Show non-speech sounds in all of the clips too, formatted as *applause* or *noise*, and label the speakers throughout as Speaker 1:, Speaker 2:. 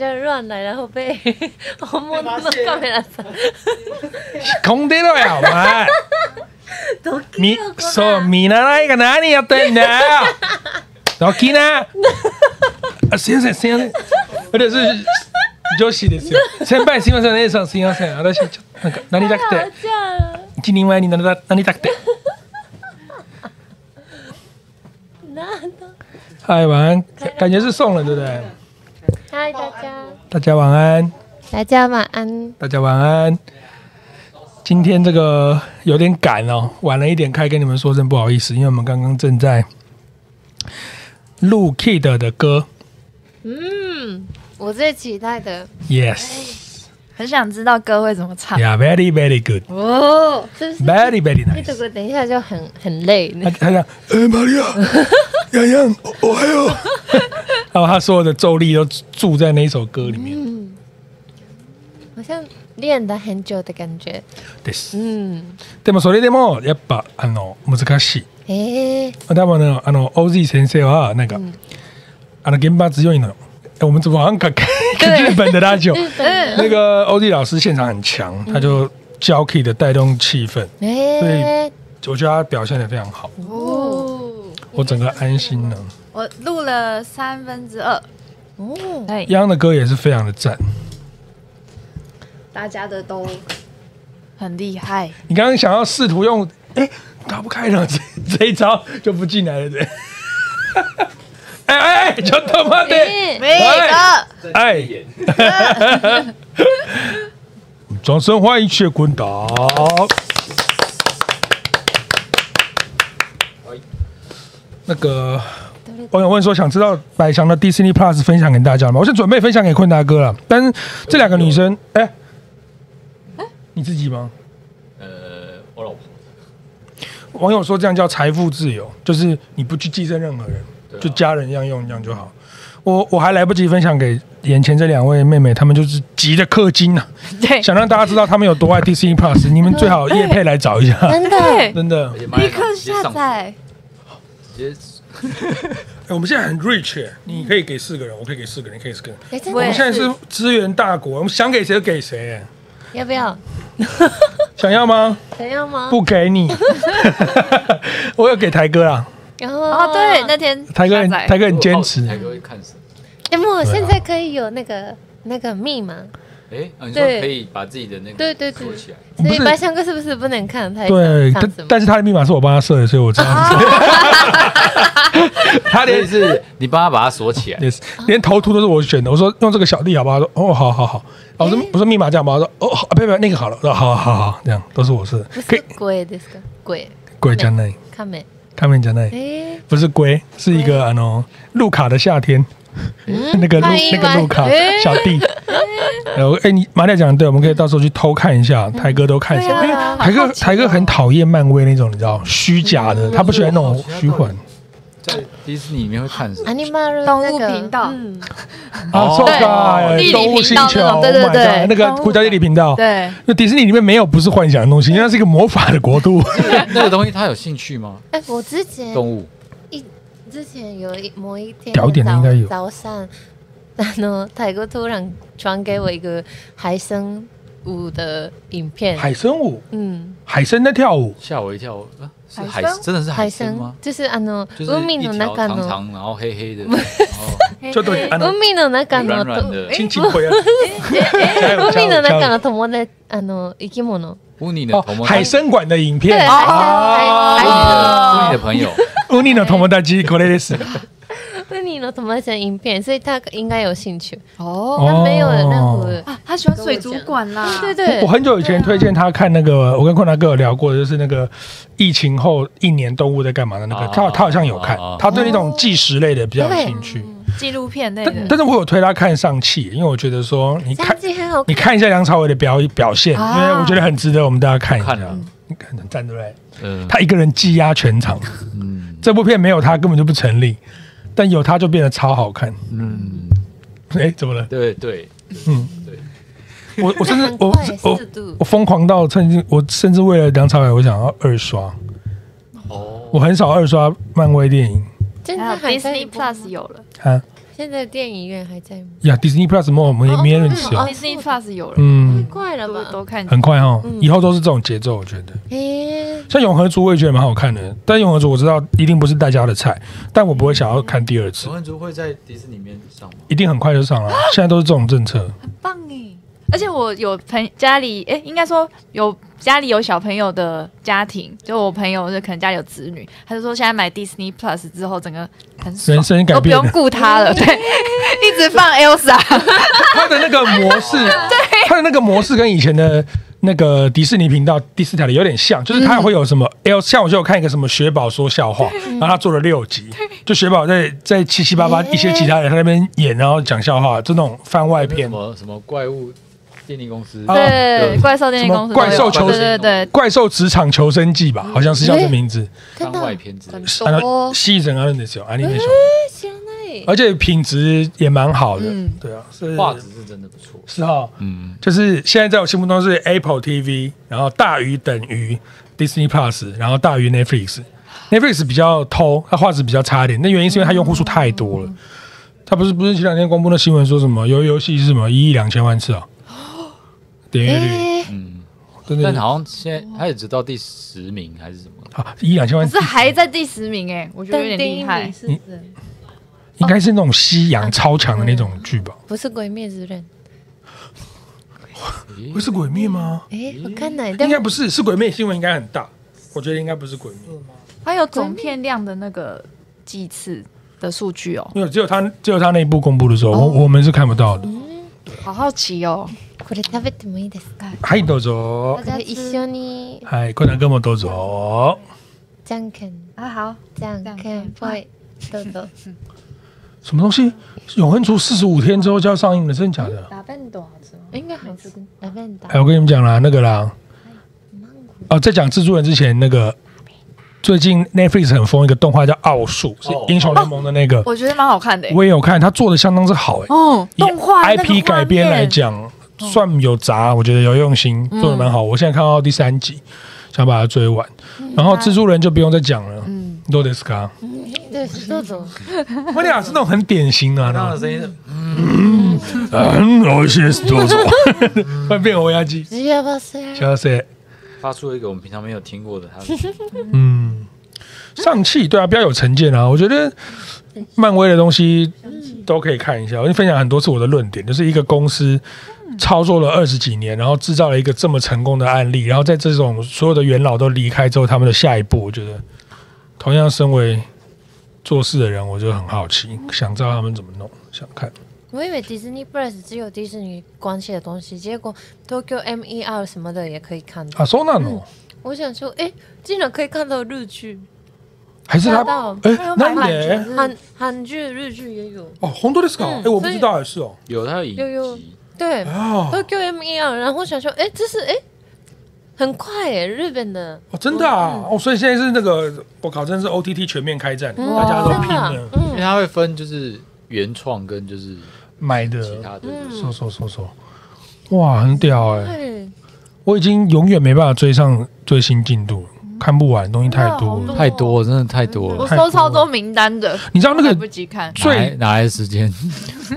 Speaker 1: じゃあ乱来然后 *laughs* 被本物のカメラさん
Speaker 2: 仕込んでろやお前
Speaker 1: ドッキ
Speaker 2: み
Speaker 1: リをこら
Speaker 2: そう見習いが何やってんだよどきなあすいませんすいません私女子ですよ先輩すいません姉さんすいません私ちょっとなんかなりたくて
Speaker 1: あじゃあ
Speaker 2: 一人前になりたなりたくて
Speaker 1: なんだ
Speaker 2: 嗨晚安感觉是送了对不对
Speaker 1: はい大ちゃん
Speaker 2: 大家晚安
Speaker 1: 大家晚安
Speaker 2: 大家晚安。今天这个有点赶哦，晚了一点开，跟你们说声不好意思，因为我们刚刚正在录 Kid 的歌。
Speaker 1: 嗯我最期待的
Speaker 2: Yes,
Speaker 3: 很想知道歌会怎么唱。
Speaker 2: yeah, very very good,
Speaker 1: 哦是不是
Speaker 2: very very
Speaker 1: 这首
Speaker 2: nice。
Speaker 1: 歌等一下 *laughs* 就很很累
Speaker 2: 他他讲，呃，玛利亚，洋洋，我还有，然后他所有的咒力都住在那一首歌里面。
Speaker 1: 好像练了很久的感觉
Speaker 2: です。
Speaker 1: 嗯
Speaker 2: でもそれでもやっぱあの難しい。
Speaker 1: 诶、欸、
Speaker 2: 多分ね、あの OZ 先生はなんか、あの原発強いのよ。え我们怎么好像
Speaker 3: *laughs*
Speaker 2: 感跟日本的拉久？那个 OZ 老师现场很强，他就教 Key 的带动气氛，
Speaker 1: 诶、欸、
Speaker 2: 我觉得他表现的非常好，
Speaker 3: 哦，
Speaker 2: 我整个安心了。
Speaker 3: 我录了三分之二，
Speaker 1: 哦
Speaker 3: 对，
Speaker 2: 央的歌也是非常的赞。
Speaker 3: 大家的都很厉害。
Speaker 2: 你刚刚想要试图用，哎、打不开了，这 *laughs* 这一招就不进来了，对。 *laughs* 哎哎哎，就他妈的！
Speaker 1: 诶、
Speaker 3: 没
Speaker 2: 哎
Speaker 3: 了，
Speaker 2: 哎， *laughs* 掌声欢迎谢坤达。那个，网友问说，想知道百强的 Disney Plus 分享给大家了吗？我是准备分享给坤达哥了，但是这两个女生，哎、你自己吗？
Speaker 4: 呃，我老婆，
Speaker 2: 网友说这样叫财富自由，就是你不去寄生任何人，
Speaker 4: 对啊
Speaker 2: 就家人一样用，这样就好。我我还来不及分享给眼前这两位妹妹，她们就是急着氪金啊，
Speaker 3: 对，
Speaker 2: 想让大家知道她们有多爱 Disney Plus。你们最好叶配来找一下，
Speaker 1: 真的
Speaker 3: 对，
Speaker 2: 真的。
Speaker 4: 而且
Speaker 3: 立刻下载。
Speaker 4: 直接上，直接
Speaker 2: 哎我们现在很 rich，、欸、你可以给四个人，我可以给四个人，你可以给四个人。
Speaker 1: 诶真
Speaker 2: 我
Speaker 3: 我
Speaker 2: 们
Speaker 3: 也
Speaker 1: 的
Speaker 2: 现在是资源大国，我们想给谁就给谁、欸
Speaker 1: 要不要
Speaker 2: 想要吗？
Speaker 1: 想要吗
Speaker 2: 不给你。我有给台哥啦，
Speaker 1: 然
Speaker 3: 哦，
Speaker 1: 后
Speaker 3: 对，那天
Speaker 2: 台哥
Speaker 3: 下
Speaker 2: 很
Speaker 3: 载
Speaker 2: 台哥很坚持。
Speaker 4: 才会看什么？
Speaker 1: 哎，我
Speaker 2: 对啊
Speaker 1: 现在可以有那个那个密码，
Speaker 4: 哎，啊你说
Speaker 1: 对
Speaker 4: 可以把自己的那个
Speaker 1: 对对对
Speaker 4: 锁起来，
Speaker 1: 所
Speaker 2: 不
Speaker 1: 以
Speaker 2: 是
Speaker 1: 白香哥是不是不能看？他想
Speaker 2: 对，但
Speaker 1: 看什么？
Speaker 2: 但是他的密码是我帮他设的，所以我知道。 *laughs* 他
Speaker 4: 他的
Speaker 2: 连
Speaker 4: 意思是你帮他把它锁起来，
Speaker 2: 连连头图都是我选的，我说用这个小弟好不好？他说哦，好好好。然后我说
Speaker 1: 诶
Speaker 2: 我说密码这样吧，他说哦，好，别别那个好了，我说好好好，这样都是我设的
Speaker 1: 不。
Speaker 2: 可以
Speaker 1: 是鬼ですか？鬼
Speaker 2: 鬼加奈，
Speaker 1: 看没？
Speaker 2: 他们加奈
Speaker 1: 哎，
Speaker 2: 不是龟，是一个啊喏，路卡的夏天，
Speaker 3: 嗯
Speaker 2: 那个路
Speaker 1: 欢迎
Speaker 2: 那个路卡
Speaker 1: 欢
Speaker 3: 哎
Speaker 1: 迎
Speaker 2: 小弟。然后哎，你马丽亚讲的对，我们可以到时候去偷看一
Speaker 3: 嗯
Speaker 2: 下，台哥都看什么？
Speaker 1: 对
Speaker 2: 因为
Speaker 1: 啊
Speaker 2: 台哥
Speaker 3: 哦
Speaker 2: 台哥很讨厌漫威那种，你知道虚假
Speaker 3: 嗯
Speaker 2: 的，他不喜欢那种虚幻。
Speaker 4: 在迪士尼里面会看什
Speaker 1: ア
Speaker 4: 么？
Speaker 1: ニマル
Speaker 3: 动物频道
Speaker 1: 嗯
Speaker 2: 啊，
Speaker 4: 哦
Speaker 2: 错
Speaker 4: 对
Speaker 2: 开
Speaker 3: 地理
Speaker 2: 动物星
Speaker 3: 频道
Speaker 2: 球
Speaker 3: 那种
Speaker 2: Oh
Speaker 3: 对对
Speaker 2: my
Speaker 3: 对
Speaker 2: God，那个
Speaker 3: 动物
Speaker 2: 国家地理频道，
Speaker 3: 对，
Speaker 2: 那迪士尼里面没有不是幻想的东西，因为它是一个魔法的国度。
Speaker 4: 那个东西他有兴趣吗？
Speaker 1: 哎，我之前
Speaker 4: 动物
Speaker 1: 之前有一某一天
Speaker 2: 屌一点的应该有
Speaker 1: 早上， *laughs* 然后泰哥突然传给我一个海参舞的影
Speaker 3: 哎
Speaker 1: 片，
Speaker 2: 海参舞，
Speaker 1: 嗯，
Speaker 2: 海参在跳舞，
Speaker 4: 吓我一跳，我啊，是
Speaker 3: 海
Speaker 4: 海
Speaker 3: 参
Speaker 4: 真的是海
Speaker 1: 海
Speaker 4: 参
Speaker 1: 参
Speaker 4: 吗？
Speaker 1: 就是あの
Speaker 4: 就是
Speaker 1: 海
Speaker 4: 一
Speaker 1: の
Speaker 4: 条
Speaker 1: 中
Speaker 4: 长
Speaker 1: の
Speaker 4: 长，然后黑黑的，然后
Speaker 2: 就对，
Speaker 3: 哎
Speaker 2: 啊
Speaker 3: 嗯
Speaker 2: 那
Speaker 1: 海の中の
Speaker 4: 软
Speaker 1: *laughs*
Speaker 4: 软的，哎
Speaker 1: 哎
Speaker 2: 亲亲会啊，
Speaker 3: 哎
Speaker 2: 哎加油
Speaker 1: 海
Speaker 2: 加
Speaker 1: の
Speaker 2: 油
Speaker 1: 中
Speaker 2: 加油
Speaker 1: の友達あの生き物
Speaker 4: 乌尼的
Speaker 2: 哦
Speaker 4: 同盟，
Speaker 2: 海参馆的影片
Speaker 1: 对海参海
Speaker 4: 乌尼
Speaker 1: 参
Speaker 2: 啊，
Speaker 4: 的乌尼的朋友，
Speaker 1: *laughs*
Speaker 2: 乌尼的友達これです。
Speaker 1: ウニの友達の影片，所以他应该有兴趣。
Speaker 3: 哦
Speaker 1: 他没有任何，
Speaker 3: 啊，他喜欢水族馆啦，
Speaker 1: 对
Speaker 3: 对，
Speaker 1: 对
Speaker 2: 我很久以前推荐他看那个，我跟坤达哥有聊过，就是那个疫情后一年动物在干嘛的那个，
Speaker 4: 哦
Speaker 2: 他他好像有看
Speaker 4: 哦，
Speaker 2: 他对那种纪实类的比较有兴趣。
Speaker 3: 纪录片类
Speaker 2: 但
Speaker 3: 的，
Speaker 2: 但是我有推他看上气，因为我觉得说你看
Speaker 1: 三季很好
Speaker 2: 你
Speaker 1: 看。
Speaker 2: 看一下梁朝伟的表表现，
Speaker 3: 啊
Speaker 2: 因为我觉得很值得我们大家看一下。
Speaker 4: 看了，
Speaker 1: 嗯
Speaker 2: 你看很赞对不对？
Speaker 4: 嗯
Speaker 2: 他一个人技压全场，
Speaker 4: 嗯
Speaker 2: 这部片没有他根本就不成立，但有他就变得超好看。
Speaker 4: 嗯，
Speaker 2: *laughs* 哎，怎么了？
Speaker 4: 对对，
Speaker 2: 嗯
Speaker 4: 嗯对，
Speaker 2: 我我甚至
Speaker 1: 很
Speaker 2: 我
Speaker 1: 快
Speaker 2: 我
Speaker 1: 速度
Speaker 2: 我疯狂到曾经，我甚至为了梁朝伟，我想要二刷。
Speaker 4: 哦，
Speaker 2: 我很少二刷漫威电影
Speaker 1: 真
Speaker 3: 还有
Speaker 1: 的海参
Speaker 3: Disney Plus 有了，
Speaker 2: 啊，
Speaker 1: 现在电影院还在吗？
Speaker 2: いや、ディズニープラスもう見
Speaker 3: 哦
Speaker 2: 見え
Speaker 3: 嗯
Speaker 2: るんですよ。
Speaker 3: Disney Plus 有
Speaker 2: う
Speaker 3: 了，
Speaker 2: ん，
Speaker 1: 快了
Speaker 3: 都
Speaker 1: 吧？
Speaker 3: 都看。
Speaker 2: 嗯很快哦，以后都是这种节奏，我觉得。
Speaker 1: 诶，
Speaker 2: 像永和族我也觉得蛮好看的，但永和族我知道一定不是大家的菜，但我不会想要看第二次
Speaker 4: 陈，文竹会在迪士尼里面上吗？
Speaker 2: 一定很快就上了。现在都是这种政策，
Speaker 3: 棒哎！而且我有朋家里，哎、应该说有家里有小朋友的家庭，就我朋友就可能家里有子女，他就说现在买 Disney Plus 之后，整个很爽
Speaker 2: 人生改
Speaker 3: 都不
Speaker 2: 变
Speaker 3: 用
Speaker 2: 了。
Speaker 3: 顾他 *laughs* 了，对，一直放 Elsa，
Speaker 2: 它的那个模式，它的那个模式跟以前的那个迪士尼频道第四台的有点像，就是它会有什么 L，、像我就有看一个什么雪宝说笑话，然后他做了六集，就雪宝在在七七八八一些其他人在那边演，然后讲笑话，就那种番外
Speaker 4: 什
Speaker 2: 篇。
Speaker 4: 么什么怪物电力公司？
Speaker 2: 啊
Speaker 3: *laughs* 对，怪兽
Speaker 2: 什
Speaker 3: 电力公
Speaker 2: 么
Speaker 3: 司，
Speaker 2: 怪兽求
Speaker 3: 对对对，
Speaker 2: 怪兽职场求生记吧，好像是叫这名字。啊
Speaker 1: 真
Speaker 4: 番
Speaker 1: 的
Speaker 4: 外篇之类
Speaker 1: 很
Speaker 4: 的。
Speaker 2: あ
Speaker 1: 多
Speaker 2: の。シーズンあるんですよ、アニメーション。
Speaker 1: 知らない。
Speaker 2: 而且品质也蛮好的，
Speaker 3: 嗯
Speaker 2: 对啊，是
Speaker 4: 画质是真的不错。
Speaker 2: 是哈，
Speaker 4: 嗯，
Speaker 2: 就是现在在我心目中是 Apple TV，然后大于等于 Disney Plus，然后大于 Netflix。Netflix 比较偷，它画质比较差一点，那原因是因为它用户数太多
Speaker 1: 嗯
Speaker 2: 了。它不是不是前两天公布的新闻说什么游游戏是什么一亿两千万次啊？点阅率嗯
Speaker 1: 诶，
Speaker 2: 真
Speaker 4: 但
Speaker 2: 的
Speaker 4: 好像现在他也只到第十名还是什
Speaker 1: 嗯
Speaker 4: 么？
Speaker 2: 好啊一亿两千
Speaker 3: 可
Speaker 2: 万
Speaker 3: 是
Speaker 2: 次，
Speaker 3: 还在第十名哎、我觉得
Speaker 1: 但
Speaker 3: 有点
Speaker 1: 第
Speaker 3: 厉
Speaker 1: 一
Speaker 3: 害
Speaker 1: 名。是谁？
Speaker 2: 应该是那种西洋超强的那种剧吧？
Speaker 1: 不是《鬼灭之刃
Speaker 4: 咦
Speaker 2: 会是鬼灭吗》？？
Speaker 1: 诶，我看哪？
Speaker 2: 应
Speaker 1: 但
Speaker 2: 该不是，是鬼灭新闻应该很大，我觉得应该不是鬼灭。
Speaker 1: 哦
Speaker 3: 还有总片量的那个计次的数据哦，
Speaker 2: 没有，只有他只有他内部公布的时候，
Speaker 1: 哦
Speaker 2: 我我们是看不到的。
Speaker 3: 好好奇哦。
Speaker 1: これ食べてもいいですか？
Speaker 2: はい、どうぞ
Speaker 1: こ。れ一緒に
Speaker 2: はい、こんなもどうぞ。
Speaker 1: じゃんけん、
Speaker 3: 啊好，
Speaker 1: じゃんけんぽい。どうぞ。
Speaker 2: 什么东西？永恒族四十五天之后就要上映了，真的假的？
Speaker 3: 打扮多好吃吗？应该好吃。
Speaker 1: ラベンダ
Speaker 2: 哎，我跟你们讲啦，那个啦，哦，在讲蜘蛛人之前，那个最近 Netflix 很疯一个动画叫《奥数》，是
Speaker 3: 哦
Speaker 2: 英雄联盟的那个，
Speaker 3: 我觉得蛮好看的、欸。
Speaker 2: 我也有看，他做的相当之好哎。
Speaker 3: 哦，
Speaker 2: 以
Speaker 3: 动画那个
Speaker 2: IP
Speaker 3: 画
Speaker 2: 改编来
Speaker 3: 面嗯
Speaker 2: 讲，算有砸，我觉得有用心，做的蛮好。我现在看到第三集，想把它追完。
Speaker 3: 嗯
Speaker 2: 然后蜘蛛人就不用再讲了，嗯，多ですか？
Speaker 1: ー。どうぞ。
Speaker 2: 我俩是那种很典型的、
Speaker 4: 他刚刚
Speaker 2: 啊
Speaker 4: 的，声音是
Speaker 2: 嗯，おいしいですどうぞ，会变欧亚鸡，
Speaker 1: 幸せ。
Speaker 2: 小谁？
Speaker 4: 发出了一个我们平常没有听过的 *laughs* 他的声音。
Speaker 2: 嗯，上气，对啊，比较有成见啊。我觉得漫威的东西都可以看一下。我就分享很多次我的论点，就是一个公司操作了二十几年，然后制造了一个这么成功的案例，然后在这种所有的元老都离开之后，他们的下一步，我觉得同样身为做事的人，我就很好奇，想知道他们怎么弄，想看。
Speaker 1: 我以为 Disney Plus 只有迪士尼关系的东西，结果 Tokyo MER 什么的也可以看到。
Speaker 2: 啊，そうなの？
Speaker 1: 我想说，哎、竟然可以看到日剧、
Speaker 2: 还是他
Speaker 1: 吓到？
Speaker 2: 哎、
Speaker 3: 他有买
Speaker 2: 那
Speaker 3: 版
Speaker 2: 你
Speaker 3: 权
Speaker 2: 呢？
Speaker 1: 韩韩剧、日剧也有。
Speaker 2: 哦，红豆ですか？哎、
Speaker 1: 嗯
Speaker 2: 我不知道，也是哦。
Speaker 4: 有嗯他的影
Speaker 1: 有有
Speaker 4: 集，
Speaker 1: 对、
Speaker 2: 啊，
Speaker 1: Tokyo MER，然后我想说，哎、这是哎、很快哎、日本的，
Speaker 2: 哦，真的啊！哦，所以现在是那个，我靠，真的是 OTT 全面开战，
Speaker 4: 嗯
Speaker 2: 大家都
Speaker 1: 嗯真
Speaker 2: 拼
Speaker 1: 的
Speaker 2: 了，，
Speaker 4: 因
Speaker 1: 嗯，
Speaker 4: 为他会分就是原创跟就是
Speaker 2: 买
Speaker 4: 其
Speaker 2: 的，
Speaker 4: 他的就是
Speaker 2: 说说说说，哇，很屌哎！
Speaker 1: 对，
Speaker 2: 我已经永远没办法追上最新进度了，看不完，东西太多
Speaker 3: 真的
Speaker 2: 了。
Speaker 3: 好多哦
Speaker 4: 太多了，真的太多
Speaker 3: 我
Speaker 1: 嗯
Speaker 4: 了，
Speaker 2: 太
Speaker 3: 收
Speaker 2: 多
Speaker 3: 超
Speaker 2: 了
Speaker 3: 多名单的，
Speaker 2: 你知道那
Speaker 3: 来
Speaker 2: 个
Speaker 3: 不及看。
Speaker 4: 哪来
Speaker 2: 最，
Speaker 4: 哪来的时
Speaker 1: *laughs*
Speaker 4: 间？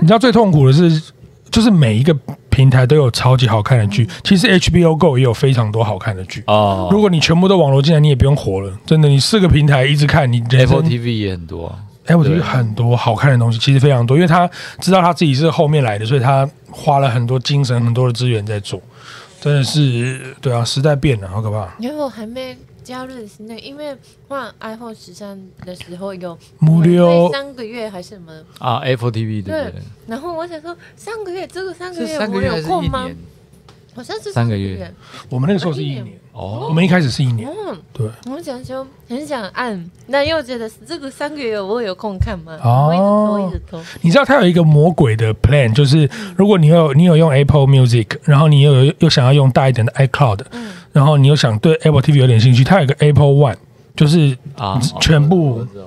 Speaker 2: 你知道最痛苦的是，就是每一个平台都有超级好看的剧，其实 HBO Go 也有非常多好看的剧。
Speaker 4: 哦
Speaker 2: 如果你全部都网罗进来，你也不用活了，真的，你四个平台一直看，你人
Speaker 4: Apple
Speaker 2: 生
Speaker 4: TV 也很多啊，
Speaker 2: 哎，我觉得
Speaker 4: 对
Speaker 2: 很多好看的东西，其实非常多，因为他知道他自己是后面来的，所以他花了很多精神、很多的资源在做，真的是对啊，时代变了，好可怕。
Speaker 1: 因为我还没加入 Disney，因为换 iPhone 十三的时候有
Speaker 2: 無料
Speaker 1: 三个月还是什么，
Speaker 4: 啊，Apple TV 对不
Speaker 1: 对
Speaker 4: 对？
Speaker 1: 然后我想说三个月，这个三个
Speaker 4: 是
Speaker 1: 月
Speaker 4: 三个
Speaker 1: 我
Speaker 4: 月还
Speaker 1: 有
Speaker 4: 是
Speaker 1: 空
Speaker 4: 一
Speaker 1: 吗
Speaker 4: 年？？
Speaker 1: 好像是
Speaker 4: 三个月
Speaker 1: 月。
Speaker 2: 我们那个时候是一年，我
Speaker 4: 哦，
Speaker 2: 们一开始是一年，
Speaker 1: 嗯，
Speaker 2: 对，
Speaker 1: 我想说很想按，但又觉得这个三个月我有空看吗？
Speaker 2: 哦
Speaker 1: 我一直拖，一直
Speaker 2: 你知道它有一个魔鬼的 plan，就是如果你有你有用 Apple Music，然后你又有又想要用大一点的 iCloud，然后你又想对 Apple TV 有点兴趣，它有一个 Apple One，就是
Speaker 4: 啊，
Speaker 2: 全部
Speaker 4: 我知道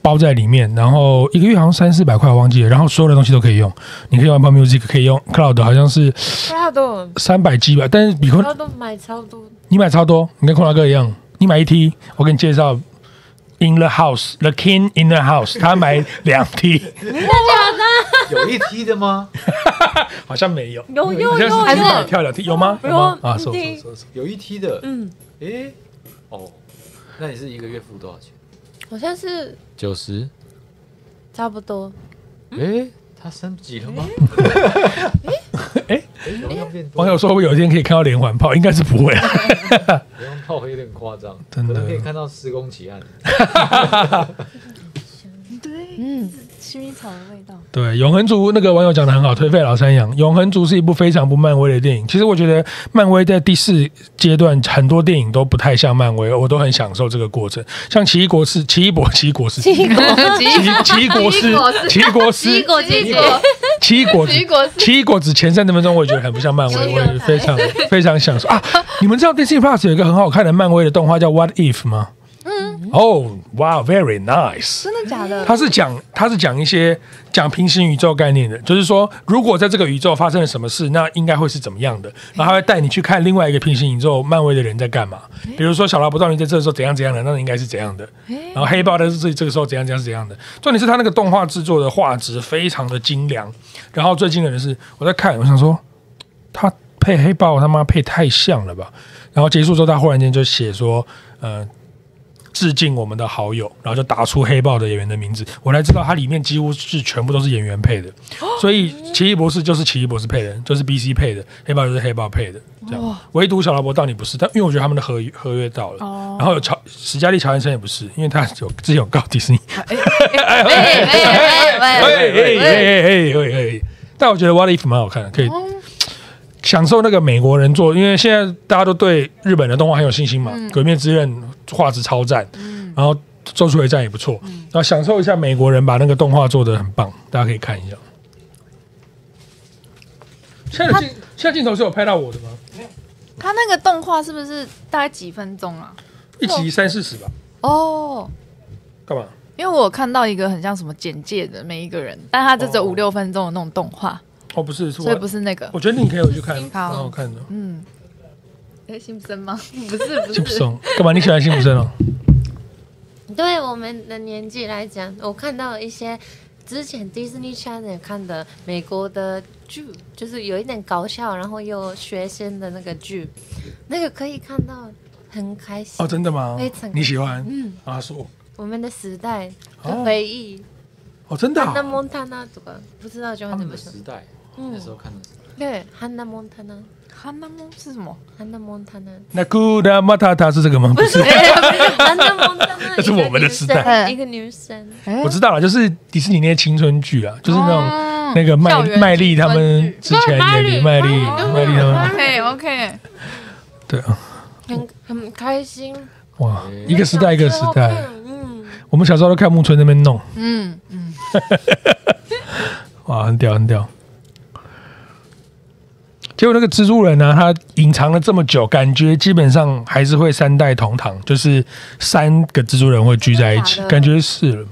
Speaker 2: 包在里面，然后一个月好像三四百块，我忘记了。然后所有的东西都可以用，你可以用 Apple Music，可以用 Cloud，好像是
Speaker 1: 拖，大家都
Speaker 2: 三百 G 吧。但是比
Speaker 1: 大
Speaker 2: 坤
Speaker 1: 家都买超多，
Speaker 2: 你买超多，你跟坤大哥一样，你买一 T，我给你介绍 In the House，The King in the House，他买两 T，
Speaker 1: 真的假的？
Speaker 5: 有一梯的吗？
Speaker 2: 好像没有，
Speaker 1: 有有
Speaker 2: 好像是
Speaker 1: 有
Speaker 2: 一
Speaker 1: 有
Speaker 2: 百跳两梯，有吗？
Speaker 1: 有
Speaker 2: 吗？啊，
Speaker 1: 嗯
Speaker 2: 是
Speaker 1: 对
Speaker 2: 是是是，
Speaker 5: 有一梯的，
Speaker 1: 嗯，
Speaker 5: 诶，哦，那你是一个月付多少钱？
Speaker 1: 好像是
Speaker 4: 九十，
Speaker 1: 差不多。
Speaker 4: 哎，
Speaker 5: 他升级了吗？
Speaker 2: 诶
Speaker 5: 诶，流量变多
Speaker 2: 网友说会不会有一天可以看到连环炮，应该是不会啊。
Speaker 5: 流量炮会有点夸张，
Speaker 2: 真的
Speaker 5: 可能可以看到施工奇案。
Speaker 3: 对，
Speaker 1: 嗯，
Speaker 3: 薰衣草的味道。
Speaker 2: 对，永恒族那个网友讲的很好，推废老三羊。永恒族是一部非常不漫威的电影。其实我觉得漫威在第四阶段很多电影都不太像漫威，我都很享受这个过程。像奇异博士、奇异博、奇异博士、奇
Speaker 1: 奇异果，
Speaker 2: 异 *laughs* 奇异博士、奇异博士、
Speaker 1: 果
Speaker 3: 奇异
Speaker 1: 果，
Speaker 2: 奇异果子
Speaker 3: 奇异果，
Speaker 2: 奇异果子前三十分钟我也觉得很不像 *laughs* 漫威，
Speaker 1: 奇异
Speaker 2: 我
Speaker 1: 果
Speaker 2: 也非常非常享 *laughs* 受啊！你们知道 Disney Plus 有一个很好看的漫威的动画叫 What If 吗？嗯，哦，哇，very nice。
Speaker 3: 真的假的？
Speaker 2: 它是讲它是讲一些讲平行宇宙概念的，就是说如果在这个宇宙发生了什么事，那应该会是怎么样的，然后它会带你去看另外一个平行宇宙漫威的人在干嘛，比如说小劳勃道尼在这时候怎样怎样的，那应该是怎样的，然后黑豹在这这个时候怎样怎样是怎样的。重点是他那个动画制作的画质非常的精良，然后最惊人的是我在看，我想说他配黑豹他妈配太像了吧，然后结束之后他忽然间就写说，呃。致敬我们的好友，然后就打出黑豹的演员的名字，我才知道它里面几乎是全部都是演员配的，所以奇异博士就是奇异博士配的，就是 B C 配的，黑豹就是黑豹配的，这样。唯独小劳勃到你不是，但因为我觉得他们的合约合约到了，
Speaker 3: 哦
Speaker 2: 然后有乔史嘉丽乔安森也不是，因为他有之前有告迪士尼，
Speaker 3: *laughs* 哎哎哎
Speaker 2: 哎
Speaker 3: 哎
Speaker 2: 哎哎哎哎哎，但我觉得 What If 蛮好看的，可以
Speaker 3: 哦
Speaker 2: 享受那个美国人做，因为现在大家都对日本的动画很有信心嘛，
Speaker 3: 嗯
Speaker 2: 鬼灭之刃》画质超赞，然后《咒术回战》也不错，
Speaker 3: 嗯
Speaker 2: 然后享受一下美国人把那个动画做的很棒，大家可以看一下。现在的镜现在镜头是有拍到我的吗？
Speaker 3: 他那个动画是不是大概几分钟啊？
Speaker 2: 一集三四十吧，
Speaker 3: 哦，
Speaker 2: 干嘛？
Speaker 3: 因为我有看到一个很像什么简介的每一个人，但他这只有五六分钟的那种动画，
Speaker 2: 哦，不是，是
Speaker 3: 所以
Speaker 2: 我
Speaker 3: 不，是那个
Speaker 2: 哦我觉得你可以回去看，蛮
Speaker 3: 好
Speaker 2: 好看的。
Speaker 3: 嗯。哎，辛普森吗？ *laughs* 不是，不
Speaker 2: 辛普森，干嘛？你喜欢辛普森哦？
Speaker 1: 对我们的年纪来讲，我看到一些之前 Disney Channel 看的美国的剧，就是有一点搞笑，然后又有学生的那个剧，那个可以看到很开心。
Speaker 2: 哦，真的吗
Speaker 1: 非常？
Speaker 2: 你喜欢？
Speaker 1: 嗯，
Speaker 2: 啊，说
Speaker 1: 我们的时代
Speaker 2: 哦
Speaker 1: 的回忆，
Speaker 2: 哦，真的
Speaker 1: 汉娜
Speaker 2: 啊、
Speaker 1: 蒙塔娜这个不知道就
Speaker 5: 他
Speaker 1: 会怎
Speaker 5: 们
Speaker 1: 么
Speaker 5: 的
Speaker 1: 说
Speaker 5: 时。代，
Speaker 1: 嗯
Speaker 5: 那时候看的时代，
Speaker 1: 对，汉娜蒙塔娜，
Speaker 3: 哈那梦是什么？
Speaker 1: 汉娜蒙塔娜， *laughs*
Speaker 2: 那古拉马塔塔是这个吗？不是，
Speaker 1: 汉娜蒙塔 *laughs* 娜，
Speaker 2: 那是我们的时代
Speaker 3: 哎
Speaker 1: 一个女生，
Speaker 2: 我知道了，就是迪士尼那些青春剧啊，就是那种、
Speaker 3: 哦
Speaker 2: 那个麦
Speaker 3: 校园
Speaker 2: 麦丽他们之前演的麦丽麦丽他们，
Speaker 3: *laughs* OK OK，
Speaker 2: 对啊，
Speaker 1: 一个女生很很开心，
Speaker 2: 哇，一个时代一个时代，
Speaker 1: 嗯，
Speaker 2: 我们小时候都看木村那边弄，
Speaker 3: 嗯，
Speaker 2: *laughs* 哇，很屌很屌。结果那个蜘蛛人呢、啊他隐藏了这么久，感觉基本上还是会三代同堂，就是三个蜘蛛人会聚在一
Speaker 1: 真的
Speaker 2: 起
Speaker 1: 假，的
Speaker 2: 感觉是了。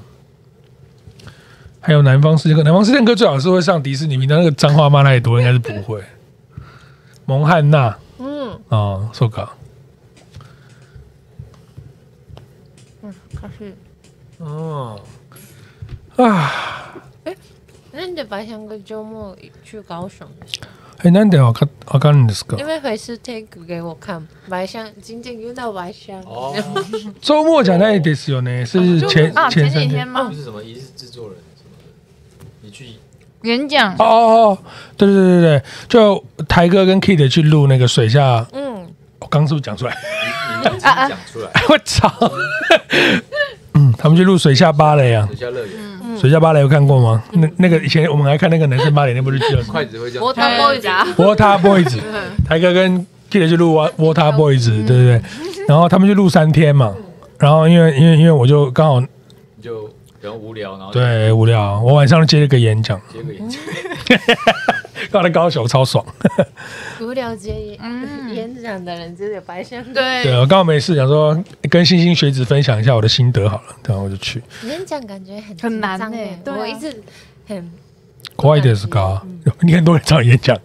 Speaker 2: 还有南方四剑客，南方四剑客最好是会上迪士尼频道，那个脏话骂太多，应该是不会。蒙汉娜，
Speaker 1: 嗯，
Speaker 2: 哦，受稿。
Speaker 1: 可是
Speaker 2: 哦，啊，
Speaker 1: なんでバイシャンが周末去高雄？
Speaker 2: 很哎难哦得，我看我看你这个
Speaker 1: 因为回是 take 给我看白香，今天遇到白香，
Speaker 5: 哦，
Speaker 2: 周末讲那一点是有呢，是前
Speaker 3: 啊，前
Speaker 2: 前
Speaker 3: 几
Speaker 2: 三
Speaker 3: 天
Speaker 5: 就
Speaker 3: 吗？
Speaker 5: 是什么一日制作人什么的，你去
Speaker 3: 演讲
Speaker 2: 哦哦，哦，对对对对对，就台哥跟 Kid 去录那个水下，
Speaker 1: 嗯，
Speaker 2: 我刚是不是讲出来？
Speaker 5: 你你已经讲出来，
Speaker 2: 我操！嗯，他们去录水下芭蕾啊，
Speaker 5: 水下乐园，
Speaker 2: 水下芭蕾有看过吗？那那个以前我们还看那个男生芭蕾那部剧叫什么
Speaker 5: 筷子会这样，
Speaker 1: 我当我家，
Speaker 2: ？Water Boys，台哥跟 Kid 去录 Wa- Water Boys，对不对？然后他们去录三天嘛，然后因为因为因为我就刚好
Speaker 5: 你就然后无聊，然后
Speaker 2: 对无聊，我晚上接了个演讲，
Speaker 5: 接个眼睛，
Speaker 2: 刚好在高雄超爽。
Speaker 1: 无聊接 *laughs*
Speaker 3: 嗯
Speaker 1: 演讲的人就是白香，
Speaker 2: 对
Speaker 3: 对，
Speaker 2: 我刚好没事，想说跟星星学子分享一下我的心得好了，然后我就去。
Speaker 1: 演讲感觉很
Speaker 3: 很难
Speaker 1: 紧张
Speaker 3: 欸
Speaker 1: 欸
Speaker 3: 对啊
Speaker 1: 我一直很
Speaker 2: 怖いですか？你很多人找演讲，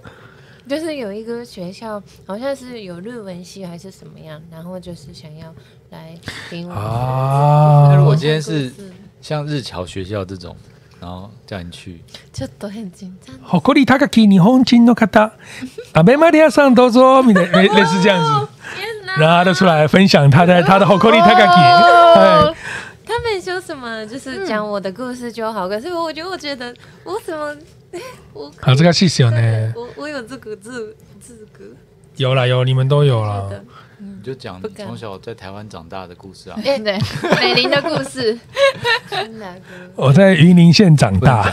Speaker 1: 就是有一个学校好像是有日文系还是什么样，然后就是想要来听我
Speaker 2: 啊
Speaker 4: 那如果
Speaker 1: 我
Speaker 4: 今天是像日侨学校这种，然后叫你去，
Speaker 1: ちょっと很紧张。
Speaker 2: 誇り高き日本人の方，阿贝玛利亚上都说你的 *laughs* 类类似这样子，
Speaker 1: 天
Speaker 2: 然
Speaker 1: 哪！
Speaker 2: 后他就出来分享他的他的 Hokori Takaki，哎，
Speaker 1: 他们说什么就是讲我的故事就好，可是我就我觉得我怎么我
Speaker 2: 好，这个谢谢呢，
Speaker 1: 我我有这个资资格，
Speaker 2: 有啦有，你们都有啦
Speaker 1: 觉。得
Speaker 4: 你就讲
Speaker 1: 不
Speaker 4: 你
Speaker 1: 敢
Speaker 4: 从小在台湾长大的故事啊。
Speaker 3: 对对，美玲的故事，
Speaker 1: 真的哥
Speaker 2: 我在云林县长大，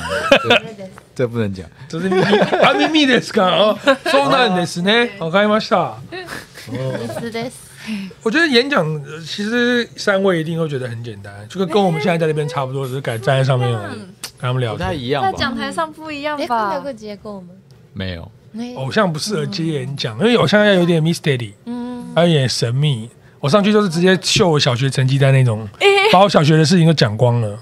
Speaker 4: 这不能讲，
Speaker 2: 这是秘密啊秘密ですか？ *laughs* 哦，そうなんですね。わかりました。
Speaker 1: 是的，
Speaker 2: 我觉得演讲呃其实三位一定都觉得很简单，就跟跟我们现在在那边差不多，只是改站在上面而已，跟他们聊
Speaker 4: 不太
Speaker 2: 天。
Speaker 4: 一样
Speaker 3: 在
Speaker 4: 吧？
Speaker 3: 讲台上不一样
Speaker 1: 哎，看到
Speaker 3: 吧？
Speaker 1: 过结果吗？
Speaker 4: 没有，
Speaker 1: 没
Speaker 2: 偶像不适合接演讲，因为偶像要有点 mystery，
Speaker 1: 嗯，
Speaker 2: 还有点神秘。我上去就是直接秀我小学成绩单那种，把我小学的事情都讲光了，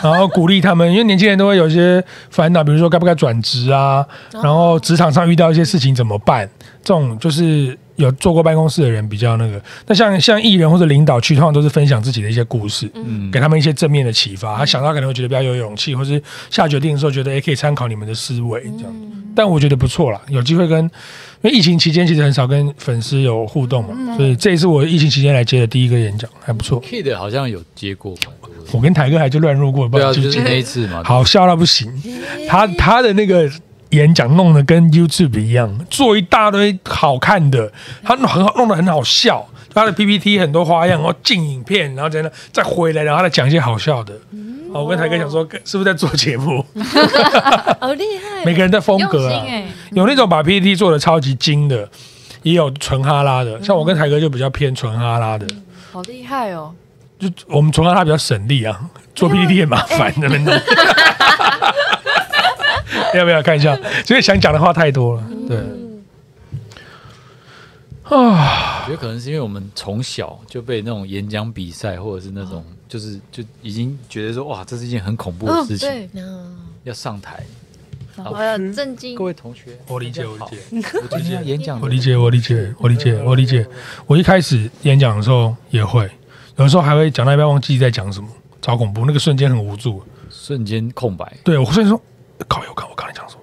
Speaker 2: 然后鼓励他们，因为年轻人都会有一些烦恼，比如说该不该转职啊，然后职场上遇到一些事情怎么办，这种就是有做过办公室的人比较那个。那像像艺人或者领导去，通常都是分享自己的一些故事，
Speaker 4: 嗯
Speaker 2: 给，他们一些正面的启发。他想到可能会觉得比较有勇气，或是下决定的时候觉得哎也可以参考你们的思维这样。但我觉得不错啦，有机会跟，因为疫情期间其实很少跟粉丝有互动嘛，所以这也是我疫情期间来接的第一个演讲，还不错。
Speaker 4: Kid 好像有接过吧？
Speaker 2: 我跟台哥还就乱入过，不知
Speaker 4: 对
Speaker 2: 道
Speaker 4: 啊，
Speaker 2: 记不
Speaker 4: 就
Speaker 2: 记
Speaker 4: 是
Speaker 2: 得
Speaker 4: 那一次嘛。
Speaker 2: 好笑到不行。他他的那个演讲弄得跟 YouTube 一样，做一大堆好看的，他弄很好弄得很好笑。他的 PPT 很多花样，然后进影片，然后再那再回来，然后再讲一些好笑的。
Speaker 3: 嗯
Speaker 2: 好，我跟台哥讲说，是不是在做节
Speaker 3: *laughs*
Speaker 2: 目？
Speaker 1: 好厉害，
Speaker 2: 每个人的风
Speaker 3: 用
Speaker 2: 格
Speaker 3: 心
Speaker 2: 啊，
Speaker 3: 哎，
Speaker 2: 有那种把 PPT 做的超级精的，也有纯哈拉的。像我跟台哥就比较偏纯哈拉的，
Speaker 3: 嗯好厉害哦！哎
Speaker 2: 就我们纯哈拉比较省力啊，做 PPT 也麻烦的那种。 *laughs* 要不要看一下？所以想讲的话太多了，
Speaker 3: 嗯
Speaker 2: 对。啊，
Speaker 4: 我觉得可能是因为我们从小就被那种演讲比赛，或者是那
Speaker 2: 嗯
Speaker 4: 种就是就已经觉得说哇，这是一件很恐怖的事情，
Speaker 3: 哦对，
Speaker 1: 嗯
Speaker 4: 要上台。
Speaker 3: 然后还有震惊
Speaker 4: 各，位同学，
Speaker 2: 我理解，
Speaker 4: 大
Speaker 2: 我
Speaker 4: 家
Speaker 2: 理
Speaker 4: 好
Speaker 2: 解，
Speaker 4: 我今天要演讲，
Speaker 2: 我理解，我理解，我理解，我理解。我一开始演讲的时候也会，有时候还会讲到一半忘记在讲什么，超恐怖，那个瞬间很无助。啊
Speaker 4: 瞬间空白，
Speaker 2: 对我瞬间说，靠，我刚我刚才讲什么？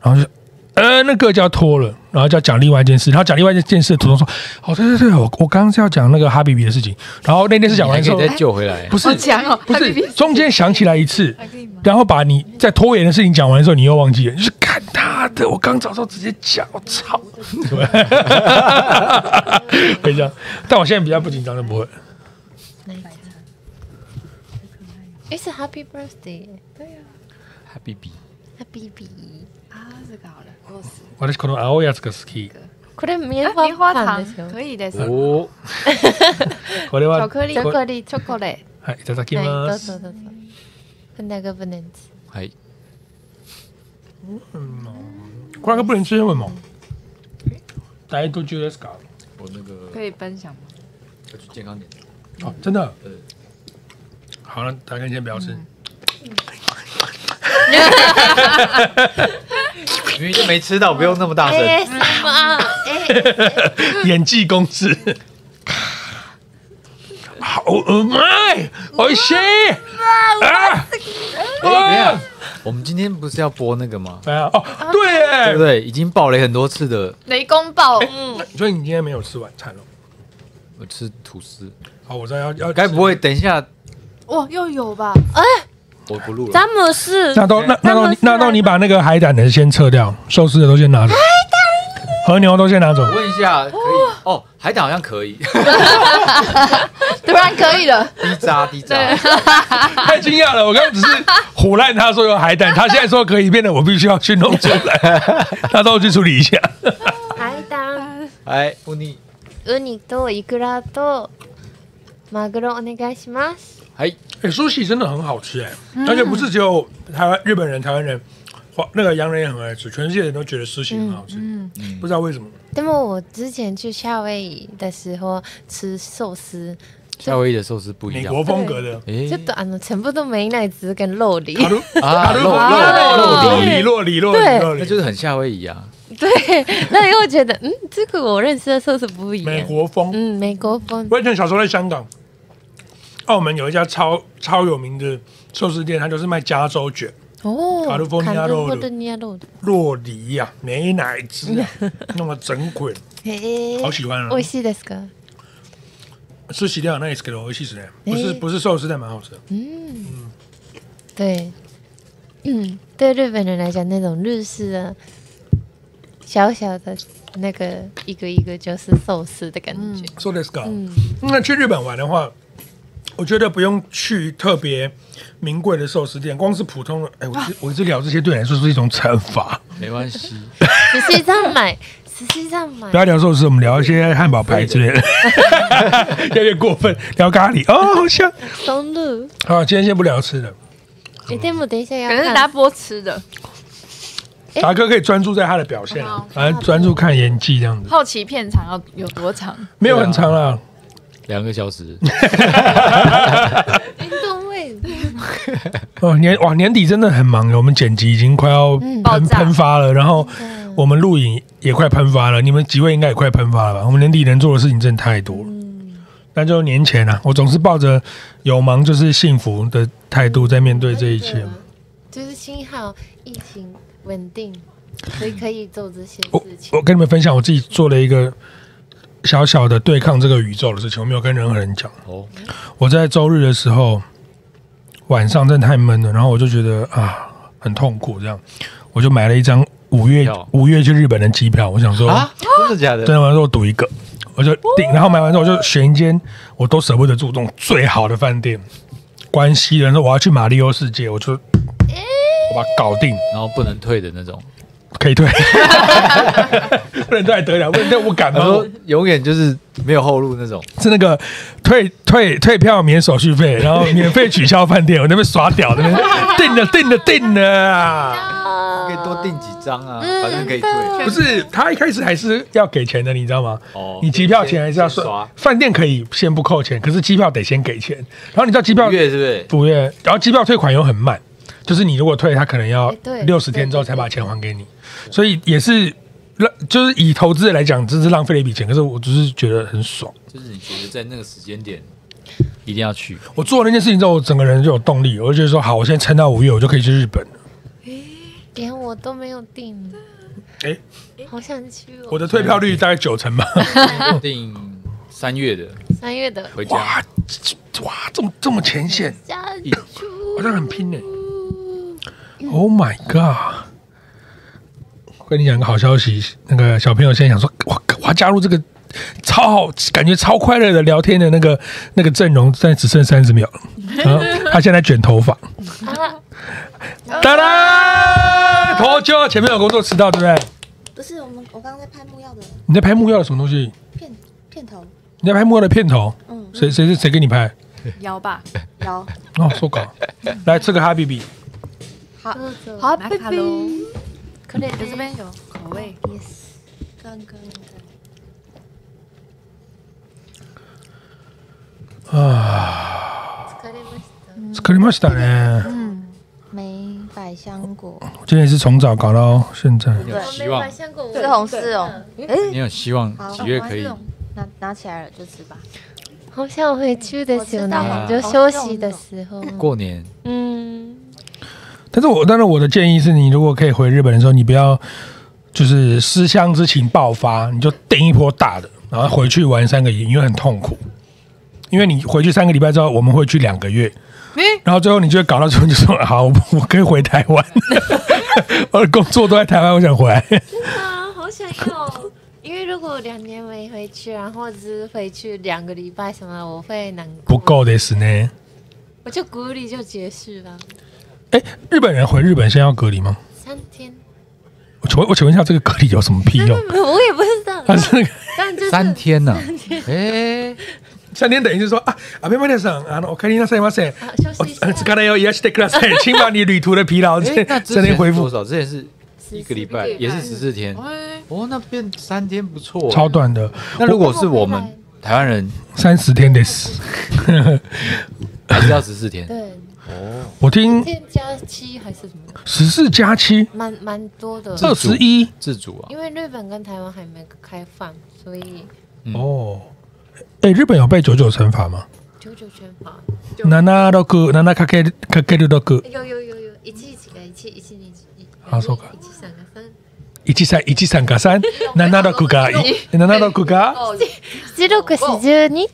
Speaker 2: 然后就呃，那个就要拖了，然后就要讲另外一件事，然后讲另外一件事的途中说，哦，对对对，我我刚刚是要讲那个哈比比的事情，然后那件事讲完
Speaker 4: 你
Speaker 2: 之
Speaker 4: 还
Speaker 2: 后
Speaker 4: 可以，再
Speaker 3: 哎
Speaker 4: 救回来
Speaker 2: 不。是
Speaker 3: 好强哦！
Speaker 2: 不是
Speaker 3: IPP
Speaker 2: 中间想起来一次，
Speaker 3: 还可以吗？
Speaker 2: 然后把你在拖延的事情讲完之后，你又忘记了，就是看他的，我刚早上直接讲，我
Speaker 3: *laughs*
Speaker 2: 操，会这样，但我现在比较不紧张，就不会。
Speaker 1: ，It's a happy birthday，
Speaker 4: Happy B，
Speaker 1: 他 B B，
Speaker 3: 啊，这个好了，我死。
Speaker 2: 我的可能熬夜这个 ski，
Speaker 1: これ棉
Speaker 3: 哎
Speaker 1: 花
Speaker 3: 棉花
Speaker 1: 糖
Speaker 3: 糖
Speaker 1: ですよ
Speaker 3: 可以的，
Speaker 4: 哦，
Speaker 2: 我的话
Speaker 3: 巧，克力
Speaker 1: 巧克力，
Speaker 3: chocolate，
Speaker 2: はいいただき
Speaker 1: はいど
Speaker 2: ま
Speaker 1: う
Speaker 2: す
Speaker 1: ぞ。どうぞ。那个不能吃，
Speaker 4: 还
Speaker 2: これがプリン吃什么？哎大家都觉得是搞
Speaker 4: 我那个
Speaker 3: 可以分享吗？
Speaker 4: 要去健康点，
Speaker 2: 哦，真的
Speaker 4: 对。
Speaker 2: 好了，大家先不要吃。
Speaker 4: 明明就没吃到，不用那么大
Speaker 3: 哎
Speaker 4: 声。
Speaker 1: 什么？
Speaker 2: *coughs* 演技公子，好呃うまい，美味しい。啊！
Speaker 4: 哎
Speaker 2: 哇！
Speaker 4: 我们今天不是要播那个吗？
Speaker 2: 哎呀，哦，对
Speaker 4: 对
Speaker 2: 耶，
Speaker 4: 不对？已经爆雷很多次的，
Speaker 3: 雷公豹，
Speaker 2: 所以你今天没有吃晚餐哦。
Speaker 4: 我呃吃吐司，
Speaker 2: 好，哦我知道要要吃，
Speaker 4: *laughs* 该不会等一下
Speaker 3: 哇，又有吧？
Speaker 4: 我不录了？
Speaker 1: 詹姆斯，
Speaker 2: 那都那那啊都那都你把那个海胆的先撤掉，寿司的都先拿走，和牛都先拿走。
Speaker 4: 我问一下，可以哦？海胆好像可以， *laughs*
Speaker 3: 突然可以了，
Speaker 4: 低渣低渣，
Speaker 2: 太惊讶了！我刚刚只是胡乱他说有海胆，他现在说可以，变得我必须要去弄出 *laughs* 来，他都去处理一下。
Speaker 1: 海胆、
Speaker 4: 哎，不腻，
Speaker 1: ウニとイクラとマグロお願いします。
Speaker 4: 哎，
Speaker 2: 哎、苏喜真的很好吃哎、而且不是只有台湾、日本人、台湾人，华那个洋人也很爱吃，全世界人都觉得苏喜很好吃，不知道为什么。
Speaker 1: でも我之前去夏威夷的时候吃寿司，
Speaker 4: 夏威夷的寿司不一
Speaker 2: 美
Speaker 4: 样，
Speaker 2: 国风格的，
Speaker 4: 哎
Speaker 1: ちょっとあの全部都没奶汁跟肉里，
Speaker 2: 卡鲁
Speaker 4: 啊，肉
Speaker 2: 卡
Speaker 4: 肉
Speaker 2: 鲁
Speaker 4: 肉
Speaker 2: 洛
Speaker 4: 泥
Speaker 2: 里洛里洛里
Speaker 1: 对
Speaker 2: 洛
Speaker 4: 那就
Speaker 2: 里，
Speaker 4: 是很夏威夷啊，
Speaker 1: *laughs* 对，那又觉得嗯，这个我认识的寿司不一
Speaker 2: 美
Speaker 1: 样。
Speaker 2: 国风。
Speaker 1: 嗯，美国风，
Speaker 2: 我以前小时候在香港、澳门有一家超超有名的寿司店，它就是卖加州卷，
Speaker 1: 哦，
Speaker 2: 卡利福尼亚
Speaker 1: 卡利
Speaker 2: 肉的
Speaker 1: 福尼亚肉的，
Speaker 2: 洛梨呀、美乃滋
Speaker 1: *laughs*
Speaker 2: 啊，那么整捆，
Speaker 1: 嘿
Speaker 2: 好喜欢啊
Speaker 1: 美！味しいですか？
Speaker 2: 吃喜料那也是给了我一起吃的，不是
Speaker 1: 诶
Speaker 2: 不是寿司，但蛮好吃的。
Speaker 1: 对，嗯，对日本人来讲，那种日式的小小的那个一个一个就是寿司的感觉。
Speaker 2: So let's go。那
Speaker 1: 嗯
Speaker 2: 去日本玩的话，我觉得不用去特别名贵的寿司店，光是普通的，哎，我一直我一直聊这些对你来说是一种惩罚。
Speaker 4: 没关系， *laughs*
Speaker 1: 实际上买，实际上买
Speaker 2: 不，要聊寿司，我们聊一些汉堡排之类的， *laughs* 有点过分。聊咖喱哦，好香。
Speaker 1: 松露。
Speaker 2: 好，今天先不聊吃的，
Speaker 1: 哎，对，我等一下要
Speaker 3: 可是达
Speaker 1: 看。
Speaker 3: 波吃的，
Speaker 1: 诶
Speaker 2: 达哥可以专注在他的表现啊，反正专注看演技这样子，
Speaker 3: 好奇片长要有多长？
Speaker 2: 没有很长啊。
Speaker 4: 两个小时，
Speaker 1: 运动会，
Speaker 2: *laughs* 哦，年哇年底真的很忙，我们剪辑已经快要
Speaker 3: 嗯爆
Speaker 2: 喷
Speaker 3: 炸嗯
Speaker 2: 喷发了，然后我们录影也快喷发了，你们几位应该也快喷发了吧？我们年底能做的事情真的太多了。
Speaker 3: 嗯
Speaker 2: 那就年前啊，我总是抱着有忙就是幸福的态度在面对这一切。
Speaker 3: 啊
Speaker 1: 就是幸好疫情稳定，所以可以做这些
Speaker 2: 我
Speaker 1: 事情。
Speaker 2: 我跟你们分享，我自己做了一个小小的对抗这个宇宙的事情，我没有跟任何人讲。
Speaker 4: 哦，
Speaker 2: 我在周日的时候晚上真的太闷了，然后我就觉得啊很痛苦，这样我就买了一张五月
Speaker 4: 票
Speaker 2: 五月去日本的机票，我想说、
Speaker 4: *laughs* 啊，哦真的假的？
Speaker 2: 真的，我说我赌一个，我就订，然后买完之后我就选一间我都舍不得住这种最好的饭店，关西人说我要去马里奥世界，我就我把它搞定。
Speaker 4: 然后不能退的那种，
Speaker 2: 可以退， *laughs* 不能退得了，不能退我敢
Speaker 4: 他
Speaker 2: 吗？
Speaker 4: 说永远就是没有后路那种，
Speaker 2: 是那个退退退票免手续
Speaker 4: *laughs*
Speaker 2: 费，然后免费取消饭店，我那边耍屌，那边定了定了定了
Speaker 4: *laughs*
Speaker 2: 啊！
Speaker 4: 可以多订几张啊，反正可以退。
Speaker 2: 不是，他一开始还是要给钱的，你知道吗？
Speaker 4: 哦
Speaker 2: 你机票钱还是要
Speaker 4: 先先
Speaker 2: 算
Speaker 4: 刷，
Speaker 2: 饭店可以先不扣钱，可是机票得先给钱。然后你知道机票
Speaker 4: 五月是不是？
Speaker 2: 五月，然后机票退款又很慢，就是你如果退，他可能要
Speaker 1: 哎对
Speaker 2: 六十天之后才把钱还给你，所以也是浪，就是以投资人来讲，真是浪费了一笔钱。可是我只是觉得很爽。
Speaker 4: 就是你觉得在那个时间点一定要去，
Speaker 2: 我做了那件事情之后，我整个人就有动力，我就觉得说好，我现在撑到五月，我就可以去日本了。
Speaker 1: 连我都没有订，
Speaker 2: 哎、
Speaker 1: 好想去
Speaker 2: 我
Speaker 1: 哦。
Speaker 2: 的退票率大概九成吧。
Speaker 4: *laughs* 订三月的
Speaker 1: 三月的
Speaker 4: 回家
Speaker 2: 哇，这这哇，这么这么前线，
Speaker 1: 家住
Speaker 2: 我真的很拼呢、Oh my god！我跟你讲个好消息，那个小朋友现在想说，我我要加入这个超好，感觉超快乐的聊天的那个那个阵容，但只剩三十秒了。然后他现在卷头发，
Speaker 1: 啊！
Speaker 2: 哒啦，头就前面有工作迟到，对不对？
Speaker 6: 不是我们，我刚刚在拍木曜的
Speaker 2: 你在拍木曜的什么东西？
Speaker 6: 片片头，
Speaker 2: 你在拍木曜的片头？
Speaker 6: 嗯，
Speaker 2: 谁谁是谁给你拍？
Speaker 3: 腰吧，
Speaker 6: 然后
Speaker 2: 哦，说搞，
Speaker 6: *laughs*
Speaker 2: 来吃个哈比比，
Speaker 6: 好，
Speaker 1: 好，
Speaker 6: 好，
Speaker 3: 拿
Speaker 6: 拜
Speaker 3: 卡
Speaker 6: 拜。
Speaker 3: 喽
Speaker 1: 可怜
Speaker 3: 我这
Speaker 1: 这边
Speaker 3: 边有口味，
Speaker 6: Yes，刚刚
Speaker 1: 可怜吗？
Speaker 2: 可以吗？是的呢。
Speaker 6: 美百香果，
Speaker 2: 我今天也是从早搞到现在，
Speaker 4: 你有希望，
Speaker 6: 是红丝哦。哎，
Speaker 4: 你有希望
Speaker 6: 好
Speaker 4: 几月可以？
Speaker 6: 拿拿起来了就吃吧。
Speaker 1: 好想回去的时候呢，
Speaker 4: 我
Speaker 1: 就
Speaker 4: 知
Speaker 1: 休息的时候，
Speaker 4: 过年
Speaker 1: 嗯，
Speaker 2: 但是我当然我的建议是你如果可以回日本的时候，你不要就是思乡之情爆发，你就订一波大的，然后回去玩三个月，因为很痛苦。因为你回去三个礼拜之后，我们会去两个月，然后最后你就会搞到最后就说好，我 *laughs* 我可以回台湾，我的工作都在台湾，我想回来。
Speaker 1: 啊，好想要。 *laughs* 因为如果两年没回去，然后只回去两个礼拜什么，我会难过。
Speaker 2: 不，够的是呢。
Speaker 1: 我就鼓励就结束了，
Speaker 2: 哎，日本人回日本先要隔离吗？
Speaker 1: 三天。
Speaker 2: 我请问，我请问一下，这个隔离有什么屁用？
Speaker 1: 我也不知道，
Speaker 2: 他是那个
Speaker 1: 但就是
Speaker 4: 三天呢？哎，
Speaker 2: 三天等于是说啊，阿贝贝先生，啊，我看你那什么谁，
Speaker 1: 好休
Speaker 2: 我
Speaker 1: 息一下。
Speaker 2: 刚才要也是くださ *laughs* い，请把你旅途的疲劳
Speaker 4: 诶
Speaker 2: 这
Speaker 4: 哎那
Speaker 2: 这
Speaker 4: 之前
Speaker 2: 天
Speaker 4: 是
Speaker 2: 恢复
Speaker 4: 多，少？之前是一个礼拜，
Speaker 1: 14
Speaker 4: 也是十四天。
Speaker 3: 哎，
Speaker 4: 哦，那变三天不错。啊
Speaker 2: 超短的，
Speaker 4: 那如果是我们台湾人，
Speaker 2: 三十天的事。
Speaker 4: 还是要十四天。
Speaker 1: 对，
Speaker 2: 我听
Speaker 1: 添加七还是什么，
Speaker 2: 十四加七
Speaker 1: 蛮蛮多的。
Speaker 2: 二十一
Speaker 4: 自主啊，
Speaker 1: 因为日本跟台湾还没开放，所以
Speaker 2: 哦。哎，日本有被九九乘法吗？
Speaker 1: 九九全法。
Speaker 2: 那那都个，那那かけるかける都个，
Speaker 1: 有有有有，一起一起一一一に一
Speaker 2: あそうか
Speaker 1: 一三个三。
Speaker 2: 一三一三か *laughs* 三、七六が *laughs* 一、七六 *laughs*
Speaker 1: 十六
Speaker 2: が
Speaker 1: 四十二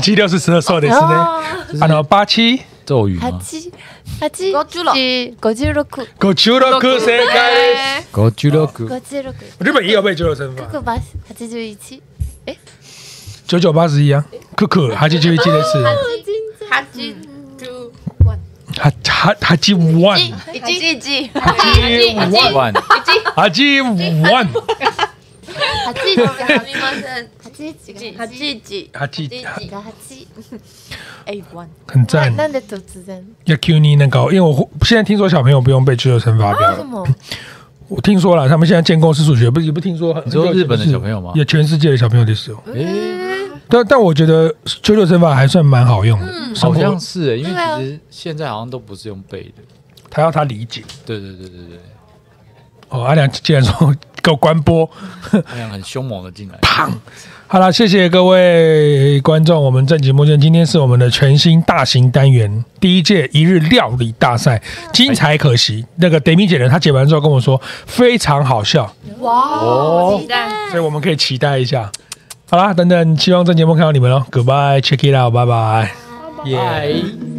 Speaker 2: 治療室そうですね。あの八七
Speaker 4: 咒语吗？
Speaker 1: 八八七
Speaker 6: 五十六
Speaker 1: 五十六五
Speaker 2: 五十六正解です。
Speaker 4: 高居六九
Speaker 1: 十六。
Speaker 2: 日本いいよ被九九乘
Speaker 1: 各
Speaker 2: 法
Speaker 1: 个，八八十一。
Speaker 2: 九九八十一啊。九九八十一です。
Speaker 6: 哈基
Speaker 2: 八八八十一。
Speaker 6: 一季季，
Speaker 2: 八十一。
Speaker 4: 万，
Speaker 2: 八十一。
Speaker 1: 八七八七
Speaker 6: 哈基季
Speaker 2: 八七。
Speaker 1: 八七。
Speaker 6: ，A one，
Speaker 2: 很赞。
Speaker 1: 那那的主持人
Speaker 2: 要 Q 你那个，因为我现在听说小朋友不用被九九乘法表
Speaker 1: 为什
Speaker 2: 了。
Speaker 1: 么？
Speaker 2: 我听说了，他们现在建构式数学，不是也不听说很。
Speaker 4: 你说日本的小朋友吗
Speaker 2: 也全世界的小朋友的时候。
Speaker 4: 诶，
Speaker 2: 但但我觉得九九乘法还算蛮好用的，生
Speaker 4: 好
Speaker 2: 活
Speaker 4: 像是欸诶，因
Speaker 1: 对啊
Speaker 4: 为其实现在好像都不是用背的。
Speaker 2: 他要他理解。
Speaker 4: 对对对对对，
Speaker 2: 哦，阿良既然说给我关播，
Speaker 4: 阿阳很凶猛的进来，
Speaker 2: 砰！好了，谢谢各位观众，我们正经目前今天是我们的全新大型单元第一届一日料理大赛，精彩可惜。那个 Demi 姐呢，她解完之后跟我说非常好笑，
Speaker 4: 哦
Speaker 3: 哇，期待。
Speaker 2: 所以我们可以期待一下。好啦，等等，希望这节目看到你们哦。Goodbye，check it out，拜拜。
Speaker 4: 耶！